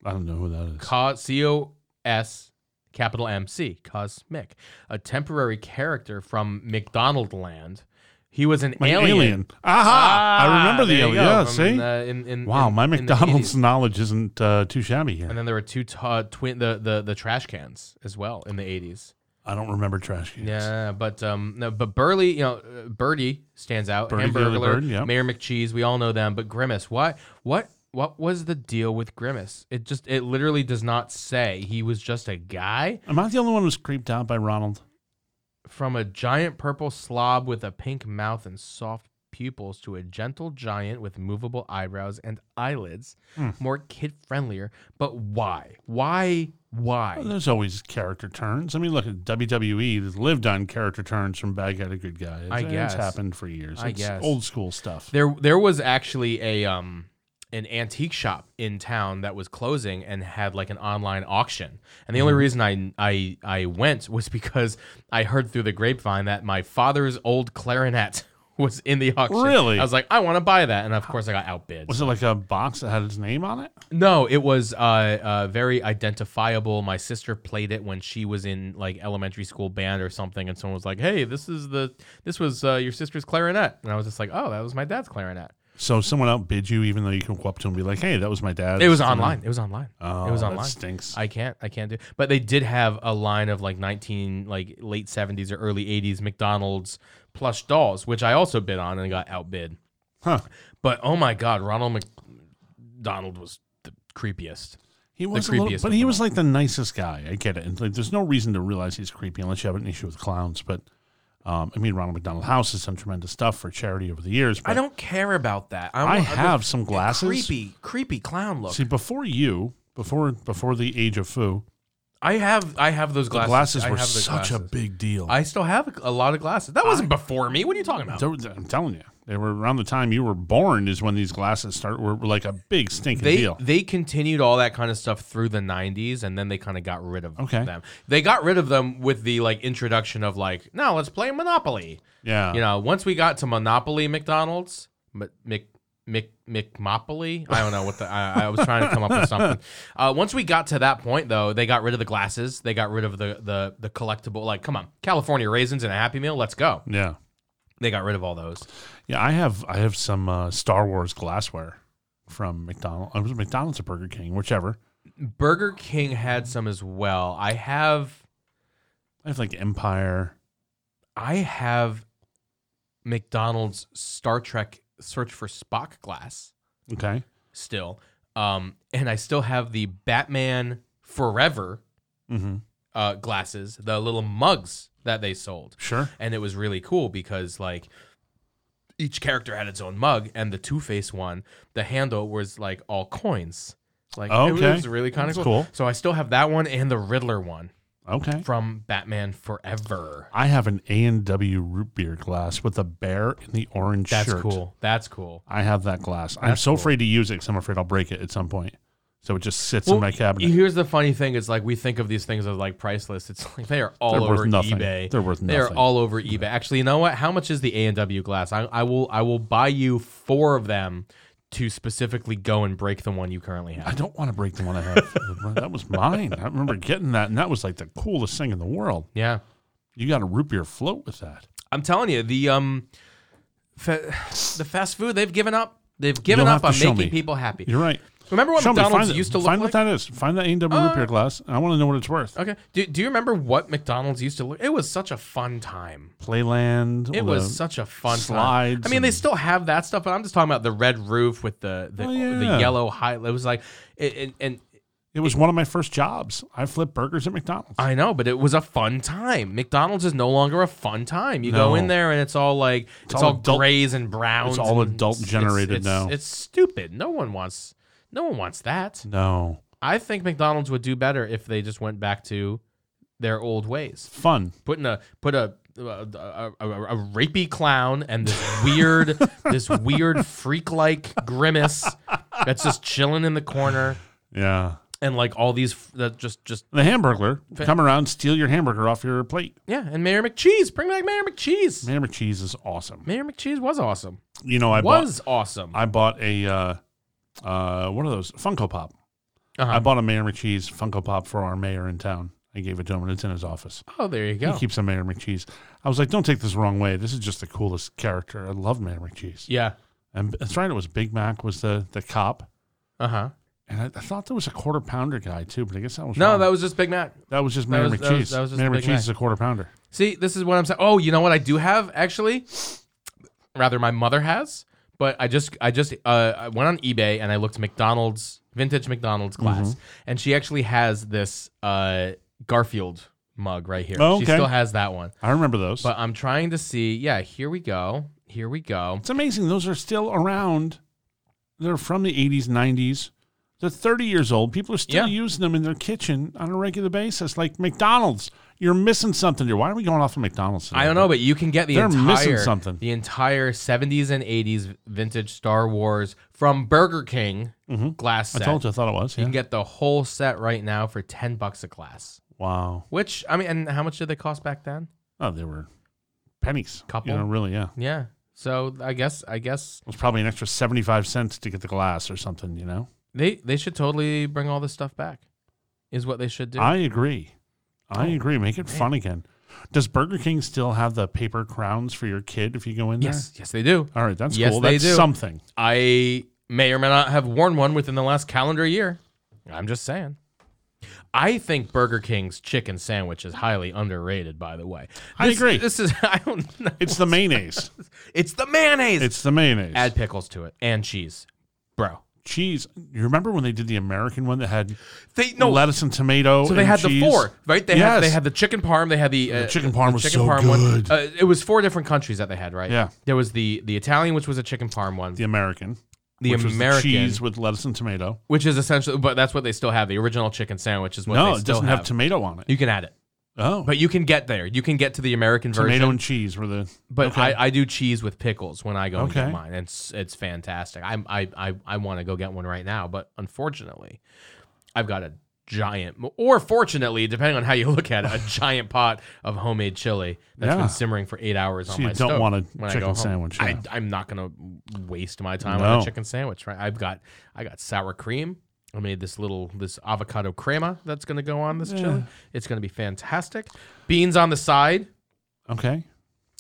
I don't know who that is. Cos C O S capital M C Cosmic, a temporary character from McDonald Land. He was an My alien. Ah, Aha! I remember the there you alien. go, Yeah, from, see? uh, in- in- wow, in- my in the McDonald's 80s. knowledge isn't uh, too shabby here. And then there were two t- uh, twin the, the the trash cans as well in the eighties. I don't remember trash cans. Yeah, but um, no, but Burley, you know, uh, Birdie stands out. Birdie the Early Hamburglar, Bird, yeah. Mayor McCheese, we all know them. But Grimace, what, what, what was the deal with Grimace? It just, it literally does not say. He was just a guy Am I the only one who's creeped out by Ronald? from a giant purple slob with a pink mouth and soft pupils to a gentle giant with movable eyebrows and eyelids, Hmm. more kid friendlier. But why, why, why? There's always character turns. I mean, look at WWE. They've lived on character turns from bad guy to good guy. It's, I guess. it's happened for years. I it's guess. old school stuff. There, there was actually a um, an antique shop in town that was closing and had like an online auction. And the only Mm-hmm. reason I, I, I went was because I heard through the grapevine that my father's old clarinet [LAUGHS] was in the auction. Really? I was like, I want to buy that, and of course I got outbid. Was it like a box that had his name on it? No, it was uh, uh, very identifiable. My sister played it when she was in like elementary school band or something, and someone was like, "Hey, this is the this was uh, your sister's clarinet," and I was just like, "Oh, that was my dad's clarinet." So someone outbid you, even though you can go up to him and be like, "Hey, that was my dad." It was online. It was online. Oh, it was that online. stinks. I can't. I can't do. But they did have a line of like nineteen, like late seventies or early eighties McDonald's plush dolls, which I also bid on and got outbid. Huh. But oh my god, Ronald McDonald was the creepiest. He was, a little- creepiest but of he them was like the nicest guy. I get it. And like, there's no reason to realize he's creepy unless you have an issue with clowns. But um, I mean, Ronald McDonald House has done tremendous stuff for charity over the years. But I don't care about that. I'm, I I'm- have some glasses. Creepy, creepy clown look. See, before you, before before the age of foo, I have, I have those glasses. glasses I were have the such a glasses. big deal. I still have a lot of glasses. That wasn't before me. What are you talking about? There was- I'm telling you, they were around the time you were born is when these glasses start were like a big stinking They deal. they continued all that kind of stuff through the '90s, and then they kind of got rid of Okay. them. They got rid of them with the like introduction of like, now let's play Monopoly. Yeah, You know, once we got to Monopoly McDonald's, M- Mc Mc McMopoly. I don't know what the I, I was trying to come up with [LAUGHS] something. Uh, once we got to that point, though, they got rid of the glasses. They got rid of the the the collectible. Like, come on, California raisins and a Happy Meal. Let's go. yeah, They got rid of all those. yeah. I have I have some uh, Star Wars glassware from McDonald's. It was McDonald's or Burger King, whichever. Burger King had some as well. I have I have like Empire. I have McDonald's Star Trek Search for Spock glass Okay. still, um, and I still have the Batman Forever Mm-hmm. uh, glasses, the little mugs that they sold. Sure. And it was really cool because like each character had its own mug, and the Two Face one, the handle was like all coins. Like it was- it Okay. was really kind of That's cool. cool. So I still have that one and the Riddler one Okay. from Batman Forever. I have an A and W root beer glass with a bear in the orange That's shirt. cool. That's cool. I have that glass. I'm so afraid to use it because I'm afraid I'll break it at some point. So it just sits in my cabinet. Here's the funny thing: is like we think of these things as like priceless. It's like they are all They're worth over nothing. eBay. They're worth They're nothing. all over eBay. Actually, you know what? How much is the A and W glass? I, I will I will buy you four of them to specifically go and break the one you currently I have. don't want to break the one [LAUGHS] I have. that was mine. I remember getting that, and that was like the coolest thing in the world. Yeah, You got a root beer float with that. I'm telling you the um, fa- the fast food they've given up. They've given You'll up have on to show making me. people happy. You're right. Remember what Show me, McDonald's find it. used to look find like? Uh, what that is. Find that A and W root beer glass. and I want to know what it's worth. Okay. Do, do you remember what McDonald's used to look? It was such a fun time. Playland. It with was a- such a fun slides Time. I mean, they and- still have that stuff, but I'm just talking about the red roof with the the, Oh, yeah. the yellow high. It was like, it, and, and It was one of my first jobs. I flipped burgers at McDonald's. I know, but it was a fun time. McDonald's is no longer a fun time. You No. go in there and it's all like it's, all all, adult- grays and browns. it's all and adult generated it's, now. It's stupid. No one wants. No one wants that. no. I think McDonald's would do better if they just went back to their old ways. Fun. Putting a put a a, a, a, a rapey clown and this [LAUGHS] weird this weird freak like grimace that's just chilling in the corner Yeah. and like all these f- that just just The hamburglar would come around, steal your hamburger off your plate. yeah and Mayor McCheese bring back Mayor McCheese Hamburger cheese is awesome. Mayor McCheese was awesome You know, I bought was awesome I bought a uh, uh, one of those Funko Pop. Uh-huh. I bought a Mayor McCheese Funko Pop for our mayor in town. I gave it to him, and it's in his office. oh there you go He keeps a Mayor McCheese. I was like, don't take this the wrong way. This is just the coolest character. I love Mayor McCheese. yeah And that's right. It was Big Mac was the the cop, uh huh and I, I thought there was a quarter pounder guy too, but I guess that was no wrong. that was just Big Mac that was just Mayor was- McCheese. that was- that was just Mayor Big McCheese Mac. is a quarter pounder. See, this is what I'm saying. Oh, you know what I do have actually? Rather, my mother has, but I just I just uh, I went on eBay and I looked McDonald's vintage McDonald's glass, Mm-hmm. and she actually has this uh, Garfield mug right here. Oh, She okay. still has that one. I remember those. But I'm trying to see. Yeah, here we go. Here we go. It's amazing. Those are still around. They're from the 80s, 90s. They're 30 years old. People are still Yeah. using them in their kitchen on a regular basis, like McDonald's. You're missing something here. Why are we going off of McDonald's? Today? I don't know, but you can get the They're entire missing something. the entire 70s and 80s vintage Star Wars from Burger King glass Mm-hmm. I set. told you. I thought it was. You Yeah. can get the whole set right now for 10 bucks a glass. wow. Which I mean, and how much did they cost back then? Oh, they were pennies. Couple. You know, really, yeah. Yeah. So I guess I guess It was probably an extra 75 cents to get the glass or something, you know? they they should totally bring all this stuff back. Is what they should do. I agree. Oh, I agree. Make it fun again. Does Burger King still have the paper crowns for your kid if you go in yes, yes they do. there? All right, that's Yes, cool. they That's do. something. I may or may not have worn one within the last calendar year. I'm just saying. I think Burger King's chicken sandwich is highly underrated. By the way, I This- agree. This is [LAUGHS] I don't know. It's [LAUGHS] the mayonnaise. It's the mayonnaise. It's the mayonnaise. Add pickles to it and cheese, bro. cheese. You remember when they did the American one that had They no lettuce and tomato? So they and had cheese? the four, right? They had they Yes. had the chicken parm. They had the, uh, chicken parm was so good. One. Uh, it was four different countries that they had, right? Yeah. There was the the Italian, which was a chicken parm one. The American. the which was American, cheese with lettuce and tomato. which is essentially, but that's what they still have. The original chicken sandwich is what No, they it still doesn't have. have tomato on it. you can add it, Oh, but you can get there. You can get to the American tomato version. and cheese were the. but I, I do cheese with pickles when I go and Okay. get mine. It's it's fantastic. I I I, I want to go get one right now, but unfortunately, I've got a giant, or fortunately, depending on how you [LAUGHS] look at it, [LAUGHS] a giant pot of homemade chili that's Yeah. been simmering for eight hours on you my don't stove want a when I chicken go home. sandwich, yeah. I, I'm not gonna waste my time on No. a chicken sandwich. Right? I've got I got sour cream. I made this little this avocado crema that's gonna go on this chili. It's gonna be fantastic. Beans on the side. Okay.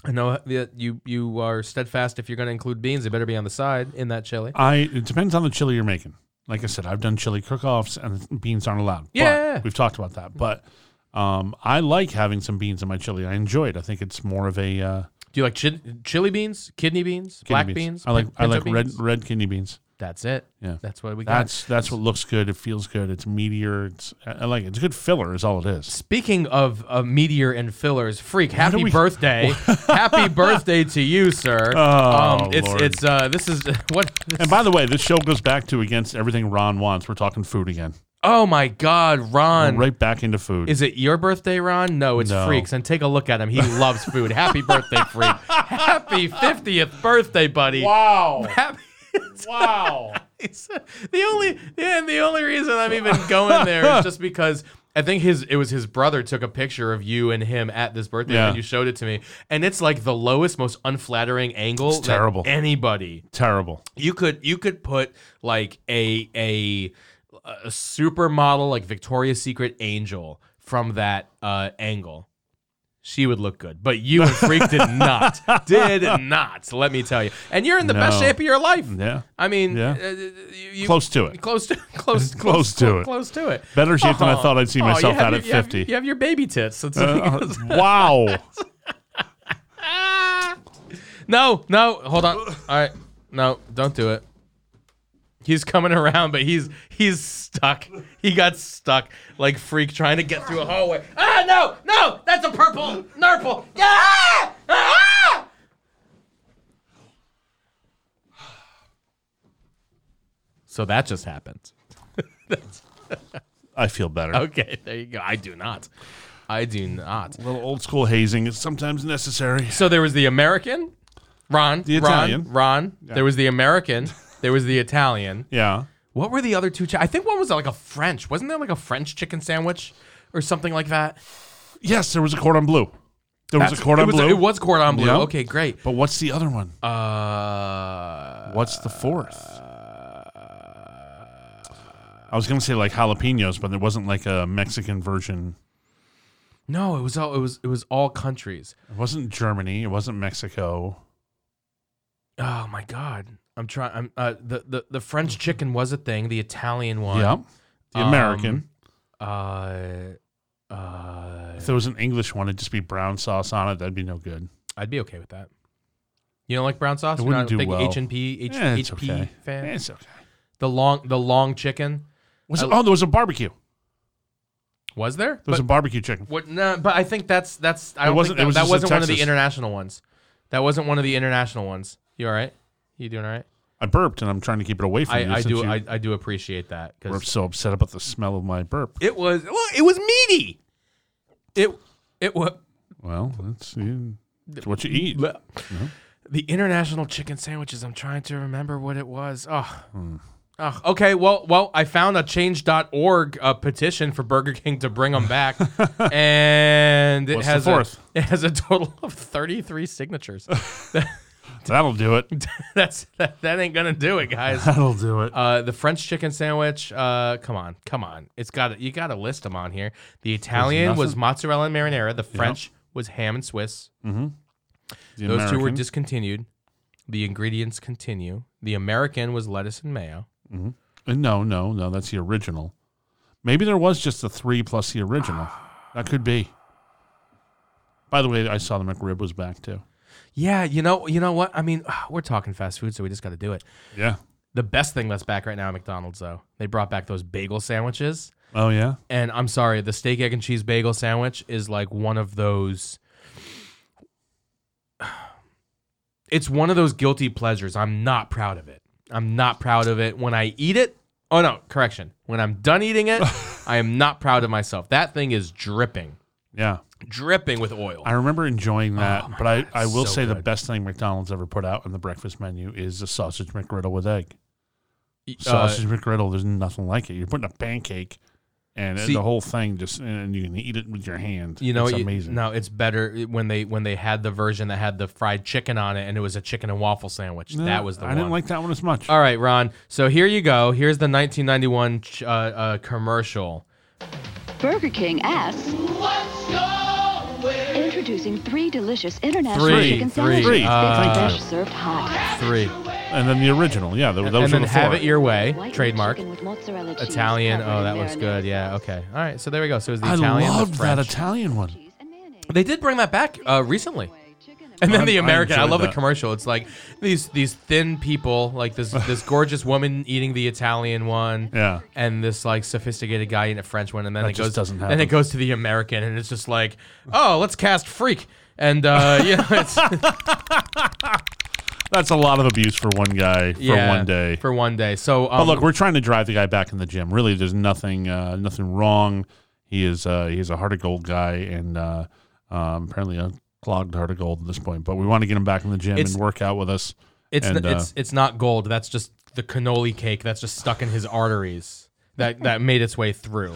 I know that you you are steadfast. If you're going to include beans, they better be on the side in that chili. I it depends on the chili you're making. Like I said, I've done chili cook-offs and beans aren't allowed. But Yeah. we've talked about that. But um, I like having some beans in my chili. I enjoy it. I think it's more of a uh, Do you like chi- chili beans, kidney beans, kidney black beans? I like I pinto like red beans? red kidney beans. That's it. Yeah. that's what we got. That's that's what looks good. It feels good. It's meteor. It's I I like it. It's a good filler. Is all it is. Speaking of uh, meteor and fillers, freak! Happy we- [LAUGHS] birthday, happy birthday to you, sir. Oh, it's Lord. it's uh, this is [LAUGHS] what. This, And by the way, this show goes back to against everything Ron wants. We're talking food again. oh my God, We're Ron! right back into food. Is it your birthday, Ron? No, it's No. Freaks. And take a look at him. He loves food. Happy birthday, [LAUGHS] Freak! Happy 50th birthday, buddy! [LAUGHS] wow! Happy. Wow! It's- [LAUGHS] the only yeah, the only reason I'm even going there is just because I think his it was his brother took a picture of you and him at this birthday Yeah. and you showed it to me, and it's like the lowest, most unflattering angle. that terrible. anybody Terrible. you could you could put like a a a supermodel like Victoria's Secret angel from that uh, angle. She would look good, but you and Freak did [LAUGHS] not, did not. Let me tell you, and you're in the best No. shape of your life. Yeah. I mean, Yeah. uh, you, you- Close to it. close to, [LAUGHS] close, close, [LAUGHS] Close to it. close to it. Better shape than I Aw. thought I'd see Aw, myself you have at your- at you have- fifty. You have your baby tits. It's- [LAUGHS] Uh, wow! [LAUGHS] No, no, hold on. All right, no, don't do it. He's coming around, but he's he's stuck. He got stuck like freak trying to get through a hallway. Ah, no, no, that's a purple nurple. Ah! Ah! [SIGHS] So that just happened. I feel [LAUGHS] better. Okay, there you go. I do not. I do not. A little old school hazing is sometimes necessary. So there was the American, Ron, The Ron, Italian. Ron. There was the American. There was the Italian. Yeah. What were the other two? Chi- I think one was like a French. Wasn't there like a French chicken sandwich or something like that? Yes, there was a cordon bleu. There was a That's- cordon it was, bleu. It was cordon bleu. Yeah. Okay, great. but what's the other one? Uh, What's the fourth? I was gonna say like jalapenos, but there wasn't like a Mexican version. no, it was all it was it was all countries. It wasn't Germany. It wasn't Mexico. Oh my god. I'm trying. I'm uh, the, the the French chicken was a thing. The Italian one. Yeah, the Um, American. Uh, uh, if there was an English one, it'd just be brown sauce on it. That'd be no good. I'd be okay with that. You don't like brown sauce? It You're not wouldn't do a big well. H and P H Yeah, it's HP okay. fan. Eh, It's okay. The long the long chicken Was I- it, oh, there was a barbecue. There was there? was But- a barbecue chicken. What? No, but I think that's that's. I It don't think wasn't- that, it was that just in wasn't one of the Texas. international ones. That wasn't one of the international ones. You all right? You doing all right? I burped, and I'm trying to keep it away from you. I, I since do. you I, I do appreciate that We're because so upset about the smell of my burp. it was. Well, it was meaty. It. It was. Well, that's, you- it's what you eat. Uh-huh. The international chicken sandwiches. I'm trying to remember what it was. Oh. Hmm. Oh, okay, well, well, I found a change.org uh, petition for Burger King to bring them [LAUGHS] back, and it What's the has fourth? A, [LAUGHS] it has a total of 33 signatures. [LAUGHS] That'll do it. That's that, that ain't gonna do it, guys. [LAUGHS] That'll do it. Uh, the French chicken sandwich. Uh, come on, come on. It's got you got to list them on here. The Italian was mozzarella and marinara. The French was ham and Swiss. The Those two were American. discontinued. The ingredients continue. The American was lettuce and mayo. Uh, No, no, no. That's the original. Maybe there was just the three plus the original. that could be. By the way, I saw the McRib was back too. Yeah, you know, you know what? I mean, ah, we're talking fast food, so we just got to do it. Yeah. The best thing that's back right now at McDonald's, though, they brought back those bagel sandwiches. Oh yeah. and I'm sorry, the steak, egg, and cheese bagel sandwich is like one of those. [SIGHS] It's one of those guilty pleasures. I'm not proud of it. I'm not proud of it. When I eat it, oh no, correction. When I'm done eating [LAUGHS] it, I am not proud of myself. That thing is dripping, Yeah. dripping with oil. I remember enjoying Oh that, but I, I will so say the good. best thing McDonald's ever put out on the breakfast menu is the sausage McGriddle with egg. Uh, Sausage McGriddle, there's nothing like it. You're putting a pancake and See- the whole thing just and you can eat it with your hand. you know, it's you- amazing. no, it's better when they when they had the version that had the fried chicken on it, and it was a chicken and waffle sandwich. No, that was the I one. didn't like that one as much. All right, Ron. So here you go. Here's the 1991 ch- uh, uh, commercial. Burger King asks, What's going introducing three delicious international Three, chicken three, Uh, sandwiches. three. Big Ah. fresh served hot. Three. and then the original, yeah, th- those and were then the have four. it your way. White Trademark. chicken with mozzarella cheese Italian. covered Oh, in that one's marinara good. Yeah. Okay. All right. So there we go. So it was the I Italian. the loved that French. Italian one. cheese and mayonnaise. They did bring that back uh, recently. Chicken And then the I- I American. I, enjoyed love the that. commercial. It's like these these thin people, like this [SIGHS] this gorgeous woman eating the Italian one. Yeah. And this like sophisticated guy eating a French one, and then That it just goes. doesn't Then happen. it goes to the American, and it's just like, oh, let's cast freak, and uh, [LAUGHS] you know, it's That's a lot of abuse for one guy for yeah, one day. For one day. So, um, but look, we're trying to drive the guy back in the gym. Really, there's nothing uh, nothing wrong. He is uh, he is a heart of gold guy, and uh, um, apparently a clogged heart of gold at this point. But we want to get him back in the gym It's- and work out with us. it's and, uh, n- it's it's not gold. That's just the cannoli cake that's just stuck in his arteries that that made its way through.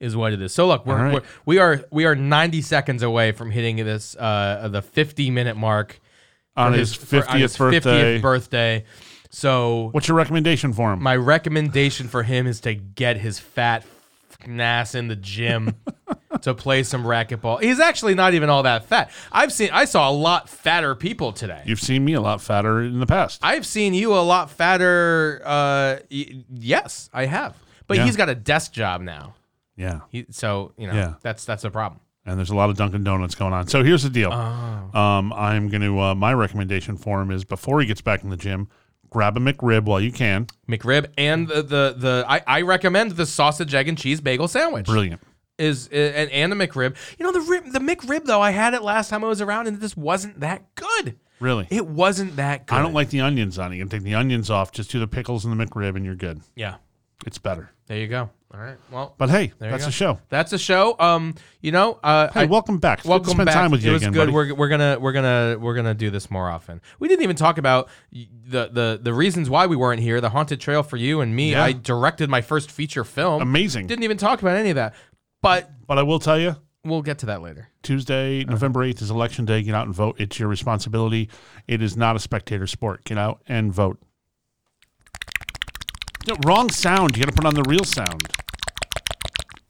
Is what it is. So look, we're, All right. we're we are we are 90 seconds away from hitting this uh the 50 minute mark uh, on for his for- on fiftieth his birthday. 50th birthday. So What's your recommendation for him? my recommendation for him is to get his fat f- ass in the [LAUGHS] gym to play some racquetball. He's actually not even all that fat. I've seen I saw a lot fatter people today. You've seen me a lot fatter in the past. I've seen you a lot fatter. Uh, y- yes, I have. But Yeah. he's got a desk job now. yeah, He, so you know Yeah. that's that's a problem. and there's a lot of Dunkin' Donuts going on. So here's the deal. Oh. Um, I'm going to uh, my recommendation for him is before he gets back in the gym, grab a McRib while you can. McRib and the the, the I, I recommend the sausage egg and cheese bagel sandwich. Brilliant. Is uh, and and the McRib. You know the rib, the McRib though. I had it last time I was around and this wasn't that good. Really. It wasn't that good. I don't like the onions on it. You can take the onions off. Just do the pickles and the McRib, and you're good. Yeah. It's better. There you go. All right. Well, But hey, There you that's go. the show. that's a show. Um, you know, uh, Hey, I- welcome back. It's good to welcome spend back. time with you it was again, good. buddy. We're, we're gonna we're gonna we're gonna do this more often. We didn't even talk about y- the the the reasons why we weren't here. The haunted trail for you and me. Yeah. I directed my first feature film. Amazing. Didn't even talk about any of that. But But I will tell you, we'll get to that later. Tuesday, Uh-huh. November 8th is election day. Get out and vote. It's your responsibility. It is not a spectator sport. Get out and vote. No, wrong sound. You got to put on the real sound.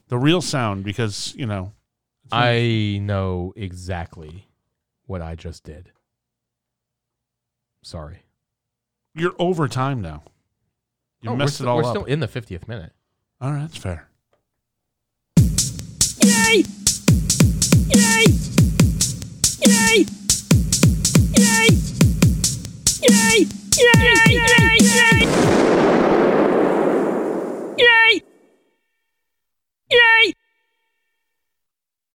The real sound, because, you know, I know exactly what I just did. Sorry. you're over time now. You Oh, we're messed st- it all We're up. still in the 50th minute. all right, that's fair. Yay! Yay!